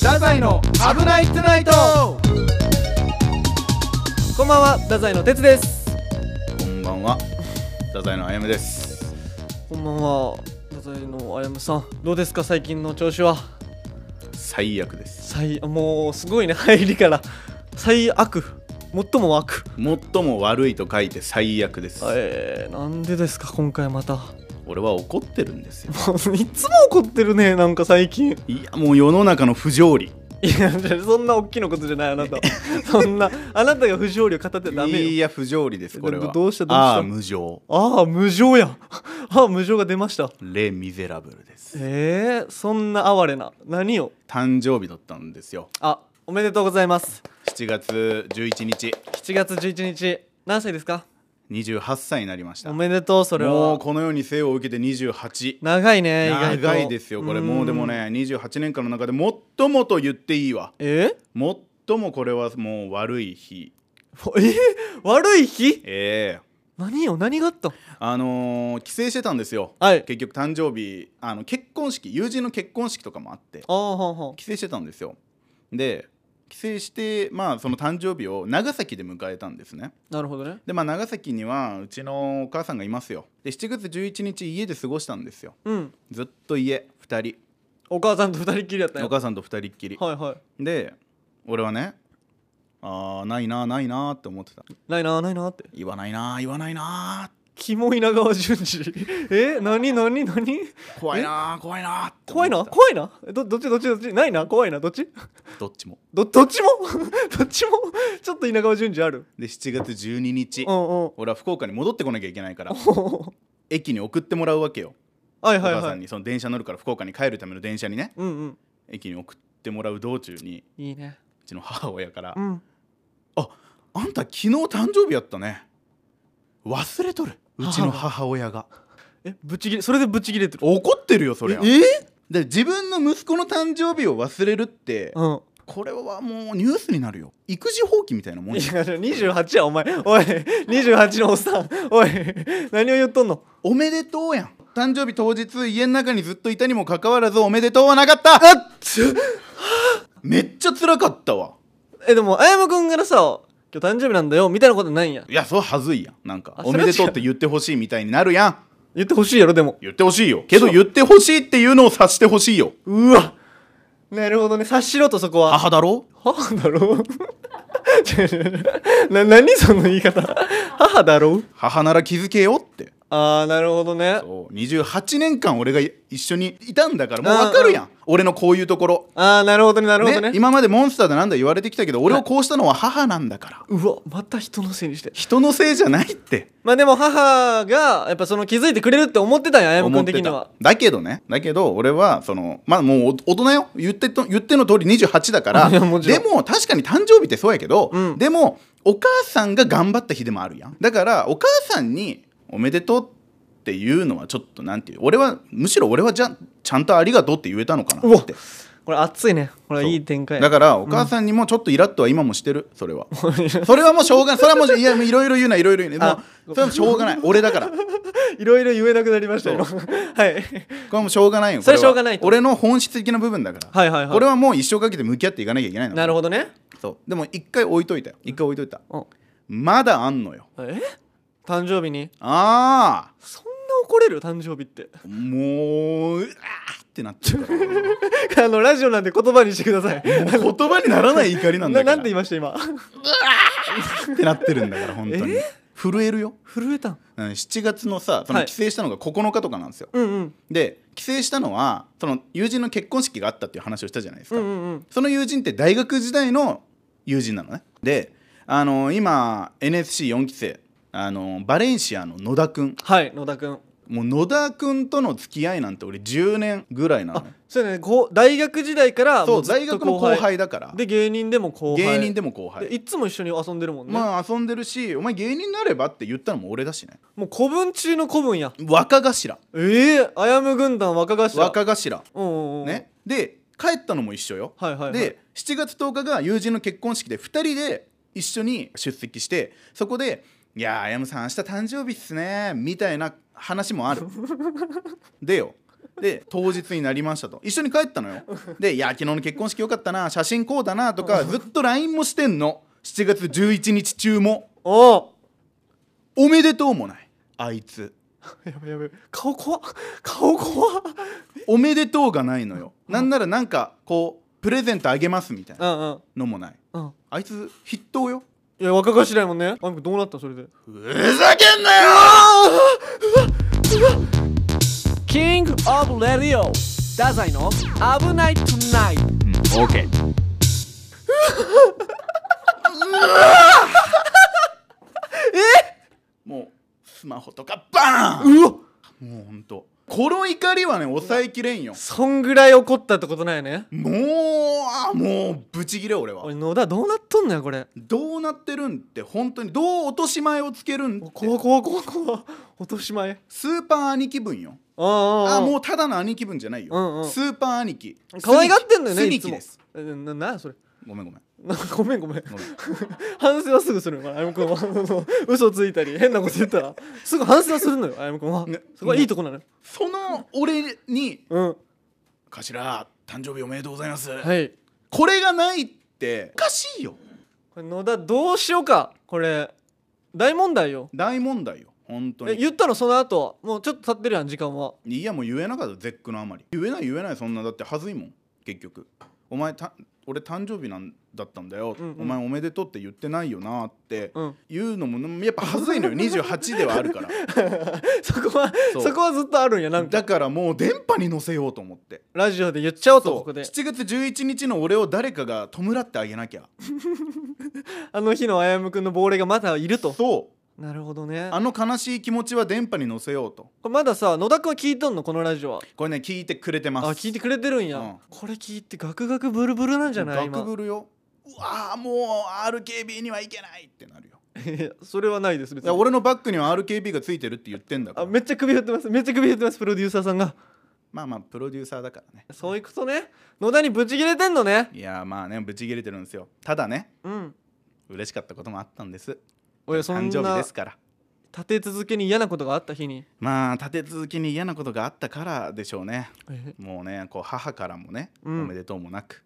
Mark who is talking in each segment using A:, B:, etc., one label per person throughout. A: 宰の危ないトゥナイト
B: こんばんは、太宰の哲です。
C: こんばんは、太宰のあやめです。
B: こんばんは、太宰のあやむさん。どうですか、最近の調子は。
C: 最悪です。
B: 最、もうすごいね、入りから。最悪。最も悪。
C: 最も悪いと書いて最悪です。
B: えー、なんでですか、今回また。 も
C: 俺は怒ってるんですよ。
B: ういつも怒ってるね、なんか最近。
C: いや、もう世の中の不条理。
B: いや、そんな大きなことじゃない、あなた。 そんな、あなたが不条理を語ってダメ
C: い
B: よ。
C: や、不条理です、これ
B: でも
C: は。
B: どうしたどうした
C: ああ、無情。
B: ああ、無情や。 ああ、無情が出ました。
C: レ・ミゼラブルです。
B: えー、そんな哀れな。何を。
C: 誕生日だったんですよ。
B: あ、おめでとうございます。
C: 7月11日、
B: 7月11日何歳ですか
C: 28歳になりました。
B: お
C: も
B: めでとうそれ
C: う
B: は
C: この世に生を受けて28。
B: 長いね意外と
C: 長いですよこれもうでもね28年間の中で最もと言っていいわ
B: うんえ
C: 最もこれはもう悪い日
B: ほえ悪い日
C: ええ
B: 何よ何があったの
C: あのー帰省してたんですよ、
B: はい
C: 結局誕生日あの結婚式友人の結婚式とかもあって
B: ああはんはん
C: 帰省してたんですよで帰省してまあその誕生日を長崎で迎えたんですね
B: なるほどね
C: でまあ長崎にはうちのお母さんがいますよで7月11日家で過ごしたんですよ
B: うん
C: ずっと家2
B: お母さんと二人っきりやった
C: 人
B: よ
C: お母さんと2人っきり、
B: はいはい
C: で俺はねあーないなないなって思ってた
B: ないなないなって
C: 言わないな言わないな
B: キモ稲川淳二え何何何
C: 怖いな怖いなって思
B: 怖
C: っ
B: い
C: てた
B: な怖いなどどっちどっちどっちないな怖いなどっち
C: どっちも
B: どどっちも どっちもちょっと稲川淳二ある
C: で7月12日
B: うんうん
C: 俺は福岡に戻ってこなきゃいけないから
B: ほ
C: 駅に送ってもらうわけよ、
B: うはいはい
C: お母さ
B: は
C: ん
B: い
C: にその電車乗るから福岡に帰るための電車にね
B: うんうん
C: 駅に送ってもらう道中に
B: いいね
C: うちの母親から「
B: うん
C: あんた昨日誕生日やったね忘れとるうちの母親 が
B: えぶち切れそれでぶち切れてる
C: 怒ってるよそりゃ
B: え
C: で自分の息子の誕生日を忘れるって
B: うん
C: これはもうニュースになるよ育児放棄みたいなもん
B: い
C: じゃん
B: や28やお前おい28のおっさんおい何を言っとんの
C: おめでとうやん誕生日当日家の中にずっといたにもかかわらずおめでとうはなかった
B: あっつ
C: めっちゃ辛かったわ
B: えでもあやまくんからさ今日誕生日なんだよみたいなことないんや
C: いやそれはずいやんなんか
B: あ
C: おめでとう
B: それは違う
C: って言ってほしいみたいになるやん
B: 言ってほしいやろでも
C: 言ってほしいよけど
B: そう
C: 言ってほしいっていうのを察してほしいよ
B: うわなるほどね察しろとそこは
C: 母だろ
B: 母だろ う違う違う違うな何その言い方母だろう
C: 母なら気づけよって
B: ああなるほどね
C: そう28年間俺が一緒にいたんだからもうわかるやん俺のこういうところ
B: ああなるほどねなるほどね
C: ね今までモンスターだなんだ言われてきたけど俺をこうしたのは母なんだから
B: うわまた人のせいにして
C: 人のせいじゃないって
B: まあでも母がやっぱその気づいてくれるって思ってたんやあやまく
C: 思っ
B: ん的
C: て
B: には
C: ただけどねだけど俺はそのまあもうお大人よ言ってと言っての通り28だから
B: いやもちろ
C: で
B: ん
C: も確かに誕生日ってそうやけど、
B: うん
C: でもお母さんが頑張った日でもあるやんだからお母さんに「おめでとう」っていうのはちょっとなんていう俺はむしろ俺はじゃちゃんと「ありがとう」って言えたのかなって
B: これ熱いねこれいい展開
C: だからお母さんにもちょっとイラッとは今もして るそれはそれはもうしょうがないそれはもういやいろいろ言うないろいろ言うなもうそれはしょうがない俺だから
B: いろいろ言えなくなりましたよ はい
C: これはもうしょうがないよ
B: それは
C: こは
B: しょうがないと
C: 俺の本質的な部分だから、
B: はいはいはい
C: これはもう一生かけて向き合っていかなきゃいけないの
B: なるほどね
C: そうでも一回置いといたよ一回置いといた、
B: うん
C: まだあんのよ
B: え誕生日に
C: あ
B: そんな怒れる誕生日って
C: あもううわーってなってるから
B: あのラジオなんで言葉にしてください
C: もう言葉にならない怒りな
B: なん
C: だから
B: なんて言いました今
C: ってなってるんだから本当に、
B: え
C: 震えるよ、
B: 震えたん
C: うん、7月のさそ
B: は
C: の
B: い
C: 帰省したのが9日とかなんですよ、
B: うんうん
C: で帰省したのはその友人の結婚式があったっていう話をしたじゃないです
B: う
C: か、
B: んうんうん
C: その友人って大学時代の友人なのねであの今 NSC4 期生あのバレンシアの野田くん
B: はい野田君
C: もう野田くんとの付き合いなんて俺10年ぐらいなの
B: あ
C: よ
B: そうやねこう大学時代から
C: そ
B: も
C: う
B: ずっと
C: 大学の後輩だから
B: で芸人でも後輩
C: 芸人でも後
B: で
C: 輩
B: いっつも一緒に遊んでるもんね、
C: まあ遊んでるしお前芸人になればって言ったのも俺だしね
B: もう古文中の古文や
C: 若頭
B: ええあやむ軍団若頭
C: 若頭
B: うんうんうん
C: ねで帰ったのも一緒よ
B: はいはい、はい、
C: で7月10日が友人の結婚式で2人で一緒に出席してそこで「いやー あやむさん明日誕生日っすね」みたいな話もあるでよで当日になりましたと一緒に帰ったのよで「いや昨日の結婚式よかったな写真こうだな」と かずっと LINE もしてんの7月11日中も
B: おお
C: おめでとうもないあいつ
B: やべやべ顔怖っ顔怖っ
C: おめでとうがないのよなんならなんかこうプレゼントあげますみたいな
B: うんうん
C: のもない
B: うん
C: あいつ筆頭よ
B: いや若頭やもんねあんこどうなったそれで
C: ふざけんなよ
A: キングオブレディオダザイの危ないトゥナイト
C: オ ーケーもうスマホとかバーン
B: うわ
C: もうほんとこの怒りはね抑えきれんよ
B: そんぐらい怒ったってことなんやね
C: もうあもうブチギレ俺は
B: 俺野田どうなっとんのよこれ
C: どうなってるんって本当にどう落とし前をつけるんって
B: 怖怖怖怖落とし前
C: スーパー兄貴分よ
B: ああ
C: あも
B: う
C: うただの兄貴分じゃないよ、
B: うんうん
C: スーパー兄貴
B: 可愛がってんのよね
C: ス
B: い
C: ニ
B: つ
C: キ
B: も
C: です
B: えななそれ
C: ごめんごめん
B: なごめんごめん
C: ごめん
B: 反省はすぐするのよあやむくんはあの嘘ついたり変なこと言ったらすぐ反省はするのよあやむくんは、
C: ね
B: そこはいいとこなのよ
C: その俺に
B: うん
C: 「頭誕生日おめでとうございます」
B: はい
C: これがないっておかしいよ
B: これ野田どうしようかこれ大問題よ
C: 大問題よ本当
B: え
C: に
B: 言ったのその後もうちょっと経ってるやん時間はい
C: やもう言えなかった絶句のあまり言えない言えないそんなだってはずいもん結局お前た俺誕生日なんだったんだよ、
B: うんうん
C: お前おめでとうって言ってないよなって
B: うん
C: 言うのもやっぱはずいのよ28ではあるから
B: そこは
C: そ
B: そうこはずっとあるんや なんか
C: だからもう電波に乗せようと思って
B: ラジオで言っちゃおうと
C: そ
B: こ
C: う
B: こで
C: 7月11日の俺を誰かが弔ってあげなきゃ
B: あの日のあやむくんの亡霊がまだいると
C: そう
B: なるほどね
C: あの悲しい気持ちは電波に乗せようと
B: これまださ野田くんは聞いとんのこのラジオは
C: これね聞いてくれて
B: あ
C: ます
B: 聞いてくれてるんや、
C: うん
B: これ聞いてガクガクブルブルなんじゃない
C: ガク
B: 今
C: ブルようわーもう RKB にはいけないってなるよ
B: いや それはないです別
C: いや俺のバッグには RKB がついてるって言ってんだか
B: あ
C: ら
B: めっちゃ首振ってますめっちゃ首振ってますプロデューサーさんが
C: まあまあプロデューサーだからね
B: そういうことね野田にブチ切れてんのね
C: いやーまあねブチ切れてるんですよただね
B: うん
C: 嬉しかったこともあったんです
B: 俺そん
C: 誕生日
B: な
C: ですから
B: 立て続けに嫌なことがあった日に
C: まあ立て続けに嫌なことがあったからでしょうね
B: え
C: もうねこう母からもね、
B: うん
C: おめでとうもなく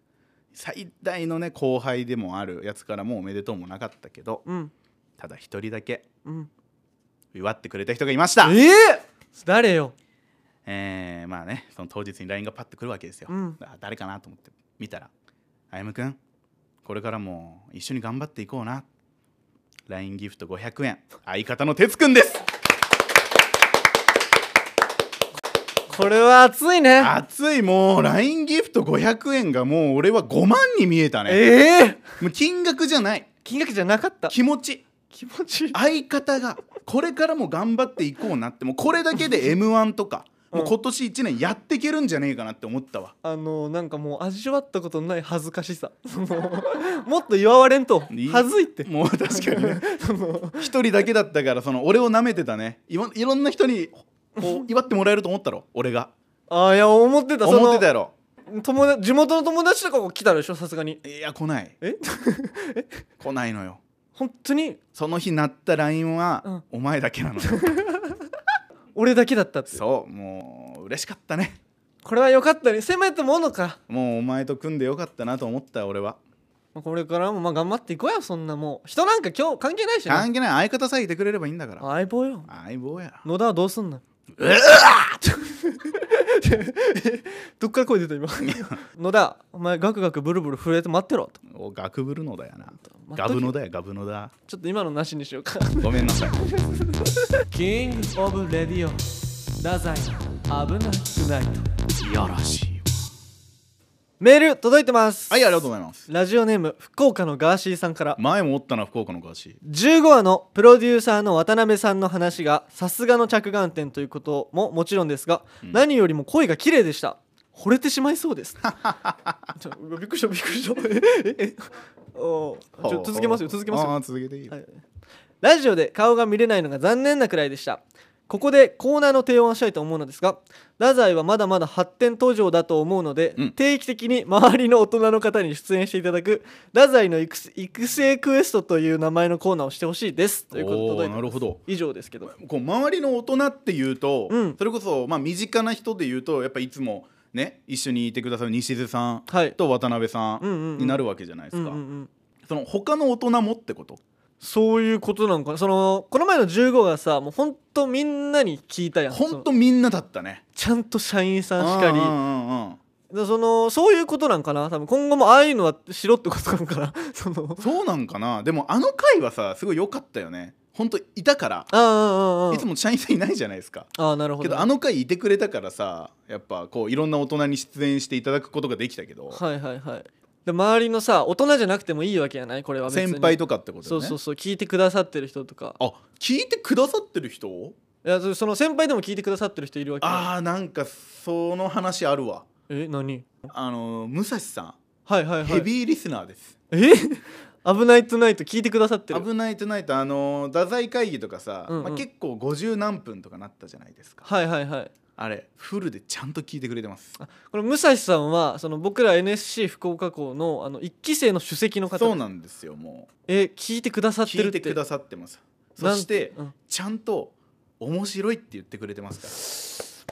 C: 最大のね後輩でもあるやつからもおめでとうもなかったけど
B: うん
C: ただ一人だけ
B: うん
C: 祝ってくれた人がいました
B: え
C: え
B: ー、誰よ
C: えーまあねその当日に LINE がパッとくるわけですよ、
B: うん
C: あ誰かなと思って見たら「あやむくんこれからも一緒に頑張っていこうな」LINE ギフト500円相方の哲くん です
B: これは熱いね
C: 熱いもう LINE ギフト500円がもう俺は5万に見えたね
B: ええー、
C: もう金額じゃない
B: 金額じゃなかった
C: 気持ち
B: 気持ちいい
C: 相方がこれからも頑張っていこうなってもうこれだけで m 1とか、
B: うん
C: もう今年1年やっていけるんじゃねえかなって思ったわ
B: あのなんかもう味わったことのない恥ずかしさ そのもっと祝われんと
C: い
B: 恥ずいって
C: もう 確かにね
B: その
C: 一人だけだったからその俺を舐めてたねいろいろんな人に こう祝ってもらえると思ったろ俺が
B: あーいや思ってたその
C: 思ってたやろ
B: 友達地元の友達とかも来たでしょさすがに
C: いや来ない
B: え
C: 来ないのよ
B: 本当に
C: その日鳴った LINE は、
B: うん
C: お前だけ なのよ
B: 俺だけだったって
C: そうもう嬉しかったね
B: これは良かったねせめてものか、
C: もうお前と組んでよかったなと思った俺は
B: まあこれからもまあ頑張っていこうよそんなもう人なんか今日関係ないしね
C: 関係ない相方さえいてくれればいいんだから
B: 相棒よ
C: 相棒や
B: 野田はどうすんの
C: うわ
B: どっから声出た今 野田お前ガクガクブルブル震えて待ってろと
C: おガクブルのだやな
B: 待
C: ガ
B: っとけ
C: ブのだやガブのだ
B: ちょっと今のなしにしようか
C: ごめんなさい
A: キングオブレディオダザイの危ないトゥナイト
C: いやらしい
B: メール届いてます
C: はいありがとうございます
B: ラジオネーム福岡のガーシーさんから
C: 前もおったな福岡のガーシ
B: 15話のプロデューサーの渡辺さんの話がさすがの着眼点ということももちろんですが、
C: うん
B: 何よりも声が綺麗でした惚れてしまいそうです ちょうわびっくりしたびっくりしたええおー
C: ー
B: ちょ続けますよ続けますよ
C: あー続けていいよ
B: はいラジオで顔が見れないのが残念なくらいでしたここでコーナーの提案をしたいと思うのですが太宰はまだまだ発展途上だと思うので、
C: うん
B: 定期的に周りの大人の方に出演していただく太宰の育育成クエストという名前のコーナーをしてほしいですということで
C: お
B: 届い
C: ー
B: て
C: なるほど
B: 以上ですけど
C: こう周りの大人っていうと、
B: うん
C: それこそ、まあ、身近な人でいうとやっぱいつもね一緒にいてくださる西津さん
B: はい
C: と渡辺さ
B: うんうんうん
C: んになるわけじゃないですか、
B: うんうんうん
C: その他の大人もってこと
B: そういうことなのかなそのこの前の15がさもうほんとみんなに聞いたやん
C: ほん
B: その
C: とみんなだったね
B: ちゃんと社員さんしかり
C: うんうんうんうん
B: でそのそういうことなんかな多分今後もああいうのはしろってことなんかな その
C: そうなんかなでもあの回はさすごい良かったよねほんといたから
B: ああああああ
C: いつも社員さんいないじゃないですか
B: ああなるほ
C: け
B: ど
C: どあの回いてくれたからさやっぱこういろんな大人に出演していただくことができたけど、
B: はいはいはいで周りのさ大人じゃなくてもいいわけやないこれは別に
C: 先輩とかってことだ
B: そ
C: よ
B: う
C: ね
B: そうそう聞いてくださってる人とか
C: あ聞いてくださってる人
B: いやそその先輩でも聞いてくださってる人いるわけ
C: あーなんかその話あるわ
B: え何
C: あの武蔵さん、
B: はいはいはい
C: ヘビーリスナーです
B: え危ないトゥナイト聞いてくださってる
C: 危ないトゥナイトあの太宰会議とかさ、
B: うんうん
C: まあ、結構50何分とかなったじゃないですか
B: はいはいはい
C: あれフルでちゃんと聞いてくれてます
B: この武蔵さんはその僕ら NSC 福岡校のあの一期生の主席の方
C: そうなんですよも
B: え聞いてくださ
C: う
B: ってる
C: 聞
B: っ
C: い
B: て
C: てくださってますそ
B: なん
C: して、
B: うん
C: ちゃんと面白いって言ってくれてます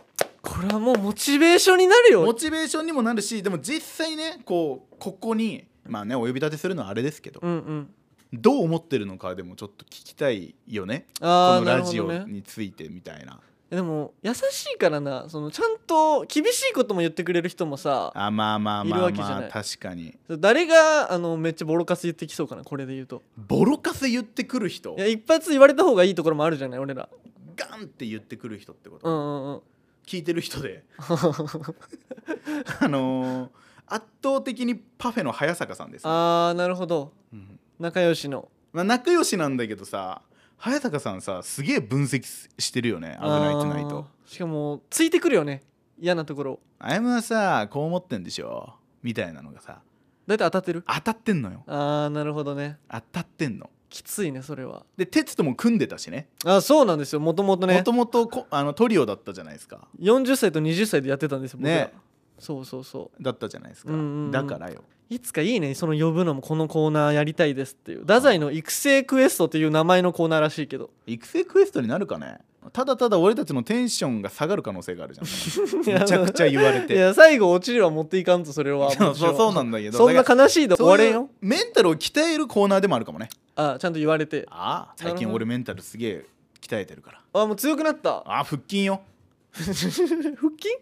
B: これはもうモチベーションになる
C: からモ
B: よ
C: チベーションにもなるしでも実際ねこうここにまあねお呼び立てするのはあれですけど、
B: うんうん
C: どう思ってるのかでもちょっと聞きたいよね
B: あ
C: こ
B: あ
C: の
B: な
C: ラ
B: るほ
C: ジ
B: ど
C: オ
B: ね
C: についてみたいな
B: でも優しいからなそのちゃんと厳しいことも言ってくれる人もさ
C: あまあまあま
B: いるわ
C: あ
B: けじゃ
C: ま
B: な
C: あ
B: い
C: 確かに
B: 誰があのめっちゃボロカス言ってきそうかなこれで言うと
C: ボロカス言ってくる人
B: いや一発言われた方がいいところもあるじゃない俺ら
C: ガンって言ってくる人ってこと、
B: うんうんうん
C: 聞いてる人で あのー圧倒的にパフェの早坂さんです、ね
B: あーなるほど
C: うん
B: 仲良しの
C: まあ、仲良しなんだけどさ早坂さんさすげえ分析すしてるよね「危ないトゥナイト
B: あーしかもついてくるよね嫌なところ」
C: 「あやむはさこう思ってんでしょ」みたいなのがさ
B: 大体当たってる
C: 当たってんのよ
B: あーなるほどね
C: 当たってんの
B: きついねそれは
C: で哲とも組んでたしね
B: あそうなんですよもともとね
C: もともとあのトリオだったじゃないですか
B: 40歳と20歳でやってたんですよ僕ら、
C: ね
B: そうそうそう
C: だったじゃないですか、
B: うんうんうん
C: だからよ
B: いつかいいねその呼ぶのもこのコーナーやりたいですっていう太宰の育成クエストっていう名前のコーナーらしいけど
C: 育成クエストになるかねただただ俺たちのテンションが下がる可能性があるじゃ んめちゃくちゃ言われ
B: い
C: て
B: や最後落ちるは持っていかんとそれは
C: そうそうそうなんんだけど
B: そんな
C: だから
B: 悲しいで終われんよ
C: そういうメンタルを鍛えるコーナーでもあるかもね
B: あちゃんと言われて
C: ああ最
B: なるほど
C: 近俺メンタルすげえ鍛えてるから
B: あもう強くなった
C: ああ腹筋よ
B: 腹筋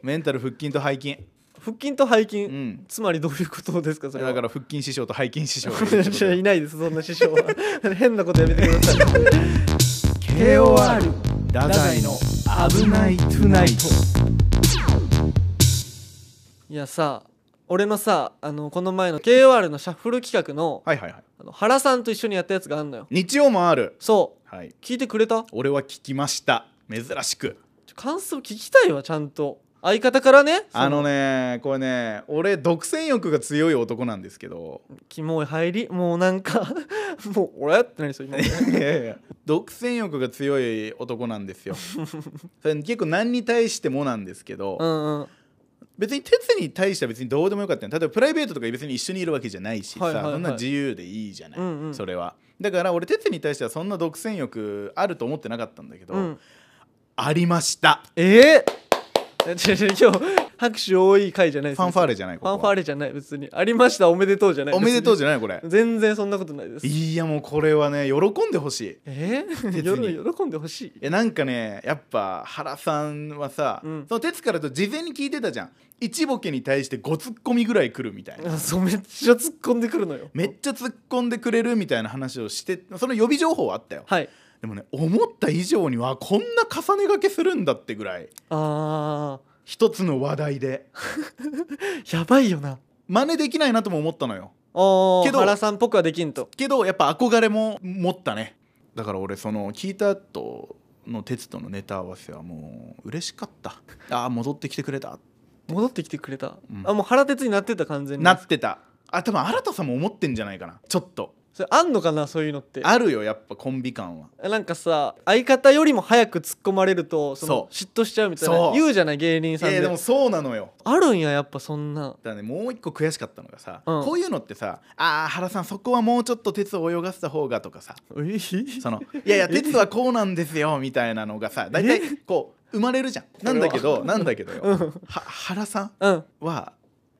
C: メンタル腹筋と背筋
B: 腹筋と背筋、
C: うん
B: つまりどういうことですかそれは
C: だから腹筋師匠と背筋師匠がいるってこと
B: いや
C: で
B: いないですそんな師匠は 変なことやめてください
C: KOR 太宰の「危ないトゥナイト」
B: いやさ俺のさあのこの前の KOR のシャッフル企画の
C: はいはいはい
B: あの原さんと一緒にやったやつがあんのよ
C: 日曜もある
B: そ
C: はいう
B: 聞いてくれた
C: 俺は聞きました珍しく
B: ちょ感想聞きたいわちゃんと相方からねそ
C: あのねこれね俺独占欲が強い男なんですけど
B: キモい入りもうなんか もう俺ってなりそう今
C: いやいや 独占欲が強い男なんです よそれ結構何に対してもなんですけど、
B: うんうん
C: 別に鉄に対しては別にどうでもよかったよ例えばプライベートとか別に一緒にいるわけじゃないしさ、
B: はいはいはい
C: そんな自由でいいじゃない、
B: うんうん
C: それはだから俺鉄に対してはそんな独占欲あると思ってなかったんだけど、
B: うん
C: ありました
B: ええ違う違う今日拍手多い回じゃないです
C: ファンファーレじゃないこ
B: フ
C: こ
B: ァ
C: は
B: ンファーレじゃない別にありましたおめでとうじゃない
C: おめでとう
B: じ
C: じゃないこれ
B: ゃ全然そんなことないです
C: いやもうこれはね喜んでほしい
B: え
C: 別に
B: ー、喜んでほしい
C: えなんかねやっぱ原さんはさ、
B: うん
C: その哲からと事前に聞いてたじゃん一ボケに対して5ツッコミぐらい来るみたいな
B: あそうめっちゃ突っ込んでくるのよ
C: めっちゃ突っ込んでくれるみたいな話をしてその予備情報はあったよ
B: はい
C: でもね思った以上にはこんな重ね掛けするんだってぐらい
B: あ
C: 一つの話題で
B: ーやばいよな
C: 真似できないなとも思ったのよ
B: ああ
C: けど
B: 原さんっぽくはできんと
C: けどやっぱ憧れも持ったねだから俺その聞いた後の哲とのネタ合わせはもう嬉しかったああ戻ってきてくれた
B: 戻ってきてくれた、
C: うん
B: あもう原鉄になってた完全に
C: なってたあ多分新田さんも思ってんじゃないかなちょっと
B: それあんのかなそういうのって
C: あるよやっぱコンビ感は
B: なんかさ相方よりも早く突っ込まれるとその嫉妬しちゃうみたい
C: そ
B: な
C: う
B: 言うじゃない芸人
C: い
B: さん
C: や
B: で
C: でもそうなのよ
B: あるんややっぱそんな
C: だからねもう一個悔しかったのがさ、
B: うん
C: こういうのってさ「ああ原さんそこはもうちょっと鉄を泳がせた方が」とか さ
B: え
C: その「いやいや鉄はこうなんですよ」みたいなのがさ大体こう生まれるじゃんなんだけどなんだけどよ、
B: うん
C: は原さん
B: うん
C: は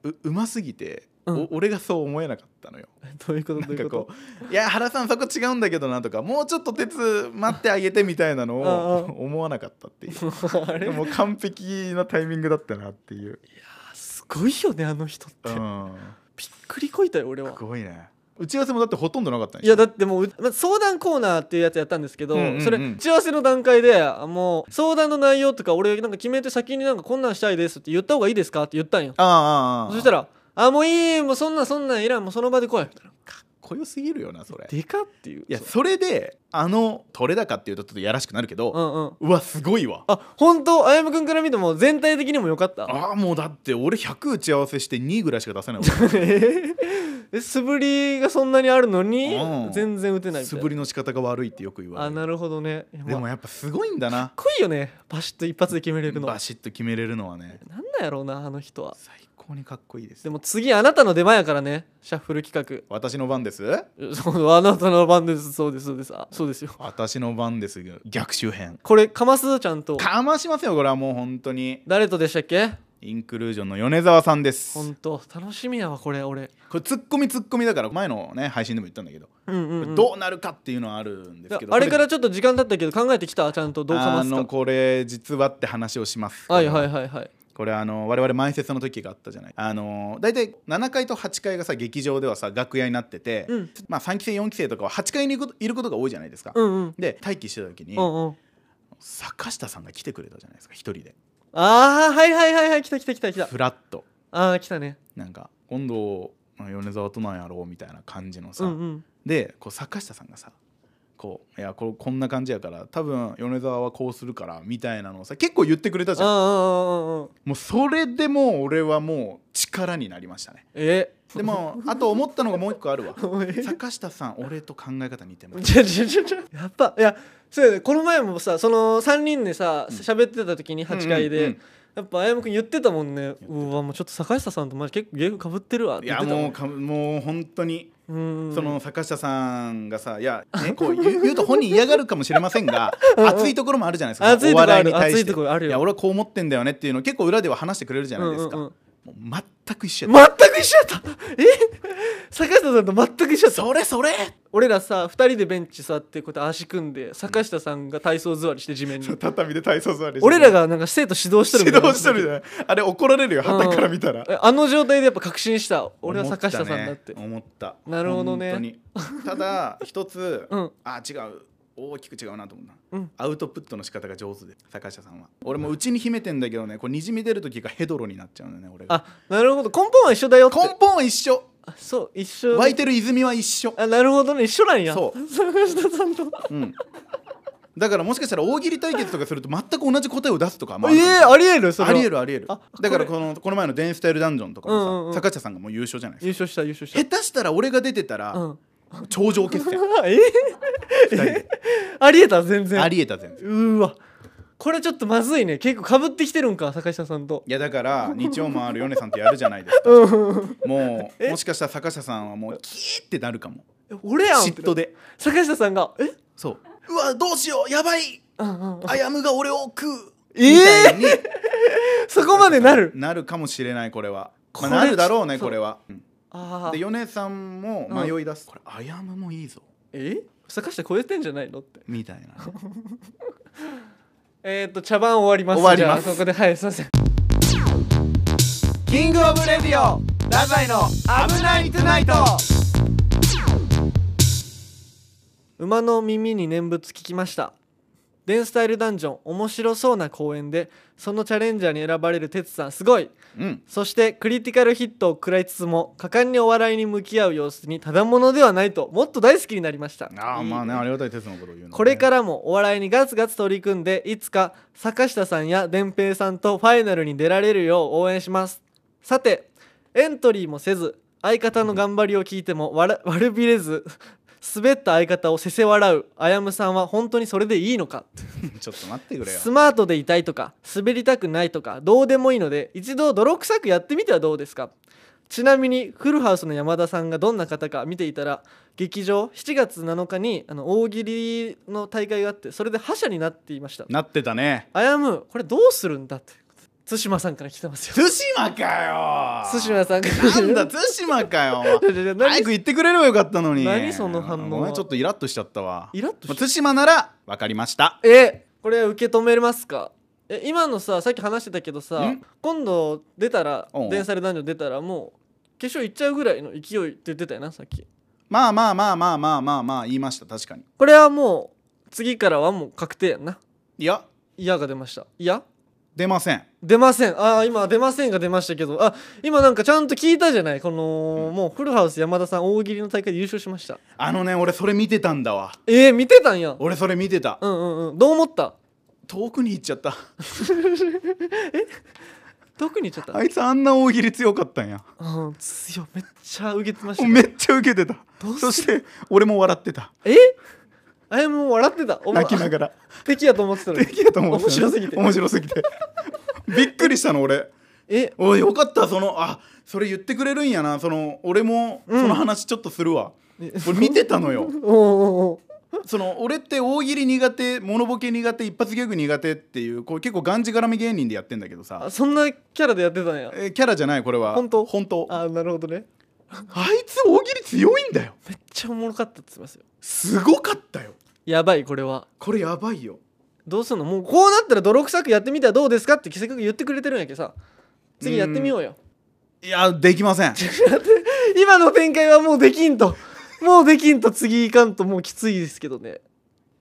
C: ううますぎて、
B: うん
C: お俺がそう思えなかったのよ
B: どういうこと
C: な
B: ど
C: ん
B: うい
C: か
B: うこ
C: こう「いや原さんそこ違うんだけどな」とか「もうちょっと鉄待ってあげて」みたいなのを
B: うん
C: 思わなかったっていう
B: と あれ
C: もう完璧なタイミングだったなって いう、
B: すごいよねあの人って、
C: うん、
B: びっくりこいたよ俺は
C: すごいね打ち合わせもだってほとんどなかったんでし
B: い
C: ょ
B: やだってもう、ま相談コーナーっていうやつやったんですけど、
C: うんうんうん
B: それ打ち合わせの段階であもう相談の内容とか俺なんか決めて先になんかこんなんしたいですって言った方がいいですかって言ったんよ
C: ああああああ
B: そしたら「あもういいもうそんなんそんなんいらんもうその場で来い」みたいな
C: 濃よすぎるよなそれ
B: でかっていう
C: いや
B: そう
C: それであの取れ高っていうとちょっとやらしくなるけ
B: う
C: ど、
B: んうん
C: うわすごいわ
B: あ本当あやむくんから見ても全体的にも良かった
C: ああもうだって俺100打ち合わせして2ぐらいしか出せない
B: え素振りがそんなにあるのに
C: うん
B: 全然打てな
C: 俺
B: いみた
C: 素
B: いな
C: 振りの仕方が悪いってよく言わ
B: あ
C: れる
B: なるほどねいやまあ
C: でもやっぱすごいんだな
B: かっこいいよねバシッと一発で決めれるのな
C: バ
B: ん
C: シッと決めれるのはね
B: なんやろうなあの人は
C: 最高にかっこいいです
B: でも次あなたの出番やからねシャッフル企
C: 私の番です
B: 画そう あなたの番ですそうですそうですあそうですよ
C: 私の番です逆周辺
B: これかますちゃんと
C: かましますよこれはもう本当に
B: 誰とでしたっけ
C: インクルージョンの米沢さんです
B: ほんと楽しみやわこれ俺
C: これツッコミツッコミだから前のね配信でも言ったんだけど、
B: うんうん、うん、
C: どうなるかっていうのはあるんですけど
B: あれから
C: こ
B: ちょっと時間経ったけど考えてきたちゃんとどうかま
C: あ
B: す
C: の
B: か
C: これ実はって話をします
B: はいはいはいはい
C: これあの我々前説の時があったじゃないあの大体7階と8階がさ劇場ではさ楽屋になってて、
B: うん
C: まあ3期生4期生とかは8階にいることいることが多いじゃないですか、
B: うんうん
C: で待機してた時に、
B: うんうん
C: 坂下さんが来てくれたじゃないですか一人で
B: ああはいはいはいはい来た来た来た来た
C: フラッと
B: ああ来たね
C: なんか今度まあ米沢となんやろうみたいな感じのさ、
B: うんうん
C: でこう坂下さんがさこういやこれこんな感じやから多分米沢はこうするからみたいなのをさ結構言ってくれたじ
B: あ
C: ゃん
B: ああああ
C: もうそれでもう俺はもう力になりましたね
B: え
C: でもあと思ったのがもう一個あるわ
B: え
C: 坂下さん俺と考え方似てます
B: ちょちょちょちょやっぱいやそうやねこの前もさその3人でさ
C: うん
B: 喋ってた時に8階で、
C: うんうんうん
B: やっぱあやむくん言ってたもんね
C: た
B: うわもうちょっと坂下さんとマジ結構芸風かぶってるわっ
C: い
B: て言っ
C: や
B: てた
C: も
B: も
C: うかもう本当に
B: んうん
C: その坂下さんがさいや、ね、こう 言う言うと本人嫌がるかもしれませんが熱いところもあるじゃないですか
B: 熱いと
C: お
B: ころ
C: 笑
B: あ
C: いに
B: る
C: 対
B: 熱
C: し
B: い
C: て
B: ところある
C: いや
B: よ
C: 俺はこう思ってんだよねっていうのを結構裏では話してくれるじゃないですか、
B: うんうんうん
C: もう全く一緒やった
B: 全く一緒やったえ坂下さんと全く一緒やった
C: それそれ
B: 俺らさ2人でベンチ座ってこうやって足組んで坂下さんが体操座りして地面に
C: 畳で体操座り
B: 俺ら
C: が
B: がなんか生徒指導してる
C: 指
B: みたいな
C: 導してるじゃないあれ怒られるよ
B: うん
C: 旗から見たら、
B: えあの状態でやっぱ確信した俺は坂下さんだって、
C: 思った,、
B: なるほどね
C: 本当にた だ一つ、
B: うん
C: あ違う大きく違うなと思った、
B: うん
C: アウトプットの仕方が上手で坂下さんは俺もうちに秘めてんだけどねこうにじみ出る時がヘドロになっちゃうんだよね俺が
B: あなるほど根本は一緒だよって
C: 根本は一緒
B: あそう一緒
C: 湧いてる泉は一緒、
B: あなるほどね一緒なんや
C: そう
B: 坂下さんと
C: うん、だからもしかしたら大喜利対決とかすると全く同じ答えを出すとかもあ
B: え
C: るかもしれ
B: え
C: ない
B: ありえるそれは
C: ありえるありえる
B: あ
C: だから
B: こ
C: このこの前の「デンスタイルダンジョン」とかもさ、
B: うんうんうん
C: 坂下さんがもう優勝じゃない
B: 優
C: です
B: 勝した優勝し
C: か
B: た
C: 下手したら俺が出てた
B: う
C: ら
B: ん
C: 頂上決戦
B: え
C: 二人で
B: ありえた全然
C: ありえた 全然
B: うーわこれちょっとまずいね結構かぶってきてるんか坂下さんと
C: いやだから日曜もある米さんとやるじゃないですかもうもしかしたら坂下さんはもうキーってなるかも
B: え俺やんって
C: 嫉妬で
B: 坂下さんがえ
C: そううわどうしようやばい
B: うんうん
C: あやむが俺を食う
B: え
C: みたいに
B: そこまでなる
C: なるかもしれないこれは、まあ、
B: これ
C: なるだろうね
B: そう
C: これは、うん
B: あ
C: で
B: あ
C: 米さんも迷い出す、これあやむもいいぞ
B: え坂下超えてんじゃないのって
C: みたいな
B: えー、っと茶番終わります
C: 終わります
B: じゃあここではいすいません
A: キングオブレディオダザイの危ないトゥナイト
B: 馬の耳に念仏聞きましたデンスタイルダンジョン面白そうな公演でそのチャレンジャーに選ばれる哲さんすごい
C: うん
B: そしてクリティカルヒットを食らいつつも果敢にお笑いに向き合う様子にただものではないともっと大好きになりました
C: ああ
B: いい
C: まあねありがたい鉄のことを言うのはね、
B: これからもお笑いにガツガツ取り組んでいつか坂下さんや伝平さんとファイナルに出られるよう応援しますさ てエントリーもせず相方の頑張りを聞いてもわら悪びれず滑った相方をせせ笑うあやむさんは本当にそれでいいのか
C: ちょっと待ってくれよ
B: スマートでいたいとか滑りたくないとかどうでもいいので一度泥臭くやってみてはどうですかちなみにフルハウスの山田さんがどんな方か見ていたら劇場7月7日にあの大喜利の大会があってそれで覇者になっていました
C: なってたね
B: あやむこれどうするんだって対馬さんから来てますよ
C: 対馬かよ
B: 対馬さんから
C: なんだ対馬かよ
B: 何
C: 早く言ってくれればよかったのに
B: 何その反応は
C: ごめんちょっとイラッとしちゃったわ
B: イラッと
C: ま
B: し
C: あ対馬なら分かりました
B: えこれ受け止めますかえ今のささっき話してたけどさ
C: ん
B: 今度出たら
C: おう
B: 電車で男女出たらもう決勝行っちゃうぐらいの勢いって言ってたよなさっき
C: まあまあまあまあまあまあまあ言いました確かに
B: これはもう次からはもう確定やんない
C: や
B: 嫌が出ましたいや
C: 出ません
B: 出ませんあー今出ませんが出ましたけどあ今なんかちゃんと聞いたじゃないこの、もうフルハウス山田さん大喜利の大会で優勝しました
C: あのね俺それ見てたんだわ
B: えー、見てたんや
C: 俺それ見てた
B: うんうんうんどう思った
C: 遠くに行っちゃった
B: 特にちょっと、
C: あいつあんな大喜利強かったんや
B: うん強いめっちゃ受けてました
C: もう
B: ね
C: めっちゃ受けてた
B: どうす
C: そ
B: る
C: して俺も笑ってた
B: えあやも笑ってたお前
C: 泣きながら
B: 敵やと思ってたのに
C: 敵やと思ってた
B: 面白すぎて
C: 面白すぎてびっくりしたの俺
B: え
C: おいよかったそのあそれ言ってくれるんやなその俺も
B: うん
C: その話ちょっとするわ、
B: え
C: 俺見てたのよ
B: おうおう
C: その俺って大喜利苦手モノボケ苦手一発ギャグ苦手っていうこう結構がんじがらみ芸人でやってんだけど
B: おうあ
C: さ
B: そんなキャラでやってたんや
C: えキャラじゃないこれは
B: 本当
C: 本当あ
B: あなるほどね
C: いつ大喜利強いんだよ
B: めっちゃおもろかったって言ってますよ
C: すごかったよ
B: やばいこれは
C: これやばいよ
B: どうすんのもうこうなったら泥臭くやってみたらどうですかってせっかく言ってくれてるんやけどさ次やってみようよ
C: いやできません
B: 今の展開はもうできんともうできんと次いかんともうきついですけどね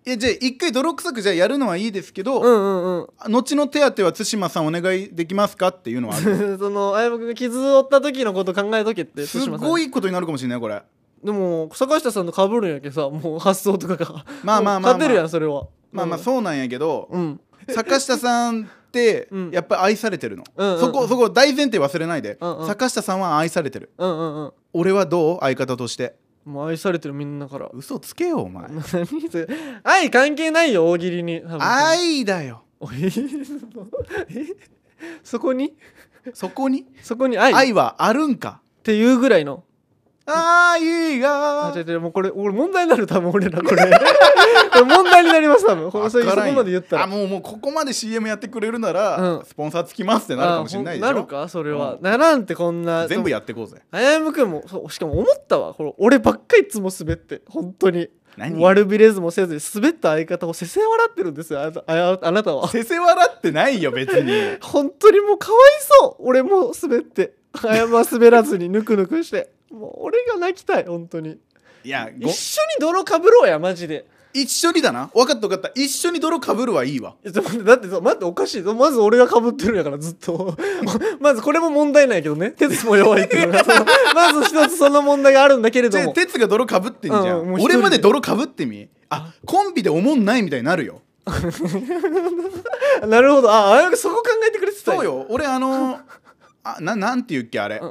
C: いやじゃあ一回泥臭くじゃあやるのはいいですけど、
B: うんうんうん
C: 後の手当は対馬さんお願いできますかっていうのはあ る
B: そのあやむくんが 傷を負った時のこと考えとけって
C: す
B: 豊島さん
C: ごいことになるかもしれないこれ
B: でも坂下さんの被るんやけどさもう発想とかが
C: まあまあまあまあ
B: もう勝てるやんそれは
C: まあまあ
B: うん
C: そうなんやけど、
B: うん
C: 坂下さんって
B: うん
C: やっぱり愛されてるの、
B: うんうん
C: そこそこ大前提忘れないで、
B: うんうん
C: 坂下さんは愛されてる
B: うんうんうん
C: 俺はどう相方として
B: もう愛されてるみんなから
C: 嘘つけよお前
B: 何それ愛関係ないよ大喜利に多分
C: 愛だよ
B: おいえ そこに
C: そこに
B: そこに愛っ
C: 愛はあるんか
B: ていうぐらいの
C: 愛が
B: あ違う違うもうこれ俺問題になる多分俺らこれ これ問題になります多分ほんそれそ
C: わからん
B: こ
C: よ
B: まで言ったら
C: あもうもうここまで CM やってくれるなら、
B: うん
C: スポンサーつきますってなるかもしれないでしょ
B: あほんなるかそれは、
C: うん
B: ならんってこんな
C: 全部やってこうぜ
B: あやむくんもそうしかも思ったわこれ俺ばっかいつも滑って本当に
C: 何
B: 悪びれずもせずに滑った相方をせせ笑ってるんですよあなたあやあなたは
C: せせ笑ってないよ別に
B: 本当にもうかわいそう俺も滑ってあやむは滑らずにぬくぬくしてもう俺が泣きたい本当に
C: いやご
B: 一緒に泥かぶろうやマジで
C: 一緒にだな分かった分かった一緒に泥かぶるはいいわ
B: いやちょっと待ってだってそう待っておかしいぞまず俺がかぶってるんやからずっと まずこれも問題ないけどね鉄も弱いっていうのがそのまず一つその問題があるんだけれど
C: で
B: も
C: 哲が泥かぶってんじゃ
B: うん
C: ん、
B: もう一人で
C: 俺まで泥かぶってみあコンビでおもんないみたいになるよ
B: なるほどああやむそこ考えてくれてたんや
C: そうよ俺あ のあななんて言うっけあれ、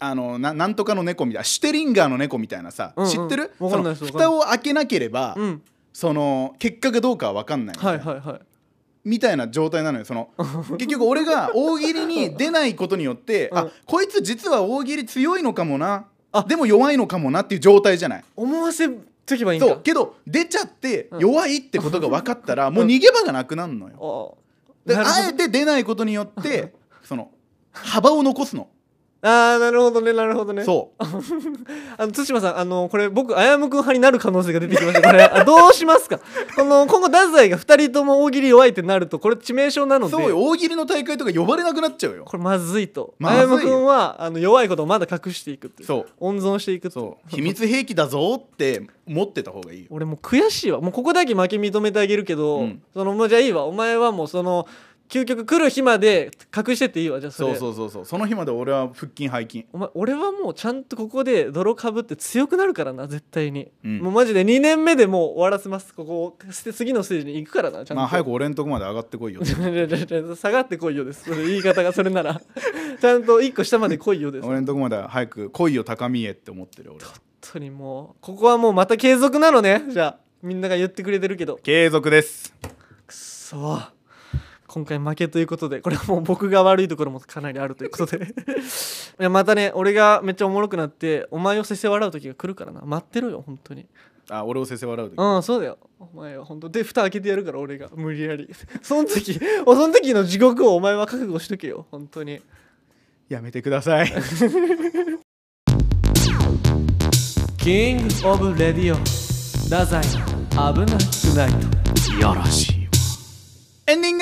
C: あのななんとかの猫みたいシュテリンガーの猫みたいなさ、
B: うんうん
C: 知ってる
B: わかんないです
C: その
B: わか
C: 蓋
B: ん
C: を開けなければ、
B: うん
C: その結果がどうかは分かんないみた
B: はいい
C: な,、
B: はいはい
C: みたいな状態なのよそ の結局俺が大喜利に出ないことによって、
B: う
C: あ
B: ん
C: こいつ実は大喜利強いのかもな
B: あ
C: でも弱いのかもなっていう状態じゃない
B: 思わせとけばいいんだ
C: そうけど出ちゃって弱いってことが分かったらもう逃げ場がなくなるのよ。
B: あ
C: で
B: なる
C: あ
B: ほ
C: えて出ないことによって その幅を残すの。
B: どあーなるほどねなるほどね
C: そう
B: あの対馬さんあのこれ僕あやむくん派になる可能性が出てきましたこ れあどうしますかこの今後太宰が二人とも大喜利弱いってなるとこれ致命傷なので
C: そうよ大喜利の大会とか呼ばれなくなっちゃうよ。
B: これまずいと
C: ま
B: あ
C: ずい
B: や
C: よ
B: むくんはあの弱いことをまだ隠していくってい
C: そう
B: 温存していくと
C: そう秘密兵器だぞって持ってた方がいいよ。
B: 俺もう悔しいわもうここだけ負け認めてあげるけど、
C: うん
B: そのもうじゃあいいわお前はもうその究極来る日まで隠してていいわじゃあそ
C: そ
B: れ
C: うそうそうそうその日まで俺は腹筋背筋。
B: お前俺はもうちゃんとここで泥かぶって強くなるからな絶対に、
C: うん
B: もうマジで2年目でもう終わらせますここをして次のステージに行くからなちゃんと、
C: まあ早く俺んとこまで上がってこいよって。
B: 下がってこいよですそれ言い方がそれな らちゃんと1個下まで来いよです
C: 俺んとこまで早く来いよ高見えって思ってる俺。
B: 当にもうここはもうまた継続なのねじゃあみんなが言ってくれてるけど
C: 継続です
B: くそ今回負けということでこれはもう僕が悪いところもかなりあるということで いやまたね俺がめっちゃおもろくなってお前をせせ笑う時が来るからな待ってろよ本当に
C: あ俺をせせ笑う時
B: うんそうだよお前は本当で蓋開けてやるから俺が無理やり その時おその時の地獄をお前は覚悟しとけよ本当に
C: やめてください
A: キングオブレディオ太宰危なくないと
C: いやらしいわエンディ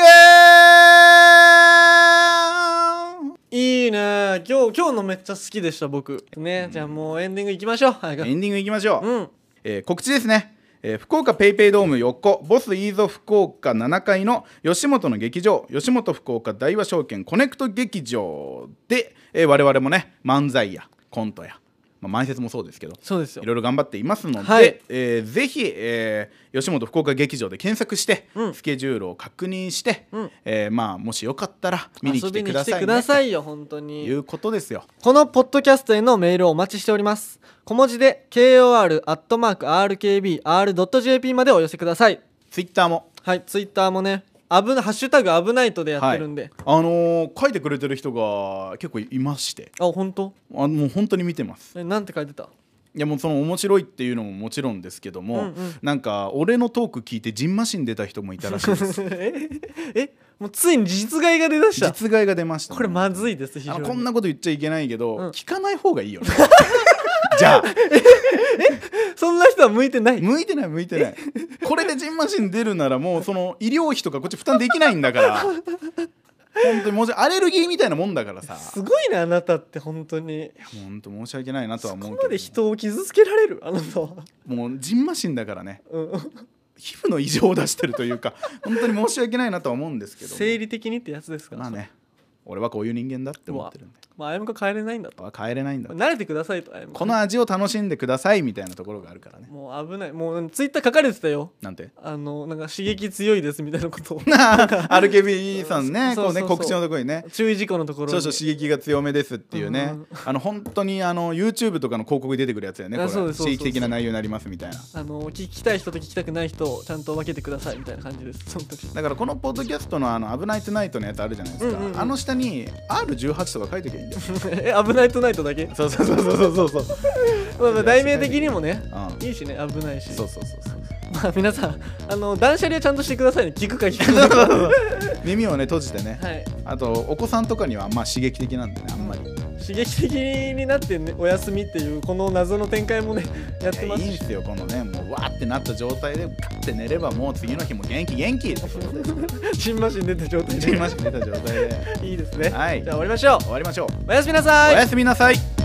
C: ング
B: いいね今日今日のめっちゃ好きでした僕ね、じゃあもうエンディングいきましょう早く
C: エンディングいきましょう、
B: うん
C: えー告知ですね、えー福岡ペイペイドーム横ボスイーゾ福岡7階の吉本の劇場吉本福岡大和証券コネクト劇場で、えー我々もね漫才やコントや、まあ、前説もそうですけど
B: そうですよ
C: いろいろ頑張っていますので、
B: はい
C: えーぜひ、えー吉本福岡劇場で検索して、
B: うん
C: スケジュールを確認して、
B: うん
C: えーまあ、もしよかったら見に来
B: 遊
C: てく
B: びに
C: だ
B: 来て
C: さい
B: く
C: ね
B: だ
C: と
B: さいよ本当に
C: いうことですよ。
B: このポッドキャストへのメールをお待ちしております小文字で kor.rkbr.jp までお寄せください
C: ツイッターも
B: はいツイッターもね危なハッシュタグ危ないとでやってるんで、
C: あのー書いてくれてる人が結構いまして
B: あ本当
C: あもう本当に見てます
B: えなんて書いてた
C: いやもうその面白いっていうのももちろんですけども、
B: うんうん
C: なんか俺のトーク聞いてジンマシン出た人もい たらしいです
B: ええもうついに実害が出だした
C: 実害が出ましたね、
B: これまずいです非
C: あ
B: 常
C: の
B: に
C: こんなこと言っちゃいけないけど、
B: うん
C: 聞かない方がいいよね じゃあ
B: そんな人は向いてない
C: 向いてない向いてないこれでジンマシン出るならもうその医療費とかこっち負担できないんだから本当に申し訳アレルギーみたいなもんだからさ
B: すごいねあなたって本当に
C: 本当申し訳ないなとは
B: そ
C: 思う
B: こ
C: けど
B: まで人を傷つけられるあなたは、
C: もうジンマシンだからね
B: うん、
C: 皮膚の異常を出してるというか本当に申し訳ないなとは思うんですけども
B: 生理的にってやつですから
C: まあね俺はこういう人間だって思ってるんで
B: まああやむか帰れないんだと
C: は変えれないんだ
B: 慣れてくださいとあやむ
C: この味を楽しんでくださいみたいなところがあるからね
B: もう危ないもうツイッター書かれてたよ
C: なんて
B: あのなんか刺激強いですみたいなことを
C: RKB さんね
B: そう
C: こうね
B: そうそう
C: 告知のところにね
B: 注意事項のところに
C: 少々刺激が強めですっていうね、
B: うん
C: あの本当にあの YouTube とかの広告に出てくるやつやねこ
B: あ
C: れ
B: そうですそう
C: 刺
B: です
C: 激的な内容になりますみたいな
B: あの聞きたい人と聞きたくない人をちゃんと分けてくださいみたいな感じですその 時
C: だからこのポッドキャストの「あの危ないトゥナイト」のやつあるじゃないですか、
B: うんうんうん
C: あの下に R18 とか書いときゃいい んだよ
B: え危ないトナイトだけ、
C: そうそうそうそうそうそうそう
B: まあまあ、題名的にもね
C: うん
B: いいしね危ないし
C: そうそうそうそう
B: まあ皆さんあの断捨離はちゃんとしてくださいね聞くか聞 かないか
C: 耳をね閉じてね、
B: はい
C: あとお子さんとかにはあんま刺激的なんでねあんまり、
B: 刺激的になってねお休みっていうこの謎の展開もねやってま
C: い
B: す
C: やいいん
B: し
C: すよこのねもうわーってなった状態でカッて寝ればもう次の日も元気元気ってことで
B: 新マシン出た状態
C: ジン
B: で
C: マシン出た状態で
B: いいですね、
C: はい
B: じゃあ終わりましょう
C: 終わりましょう
B: おやすみなさ
C: お
B: い
C: やすみなさい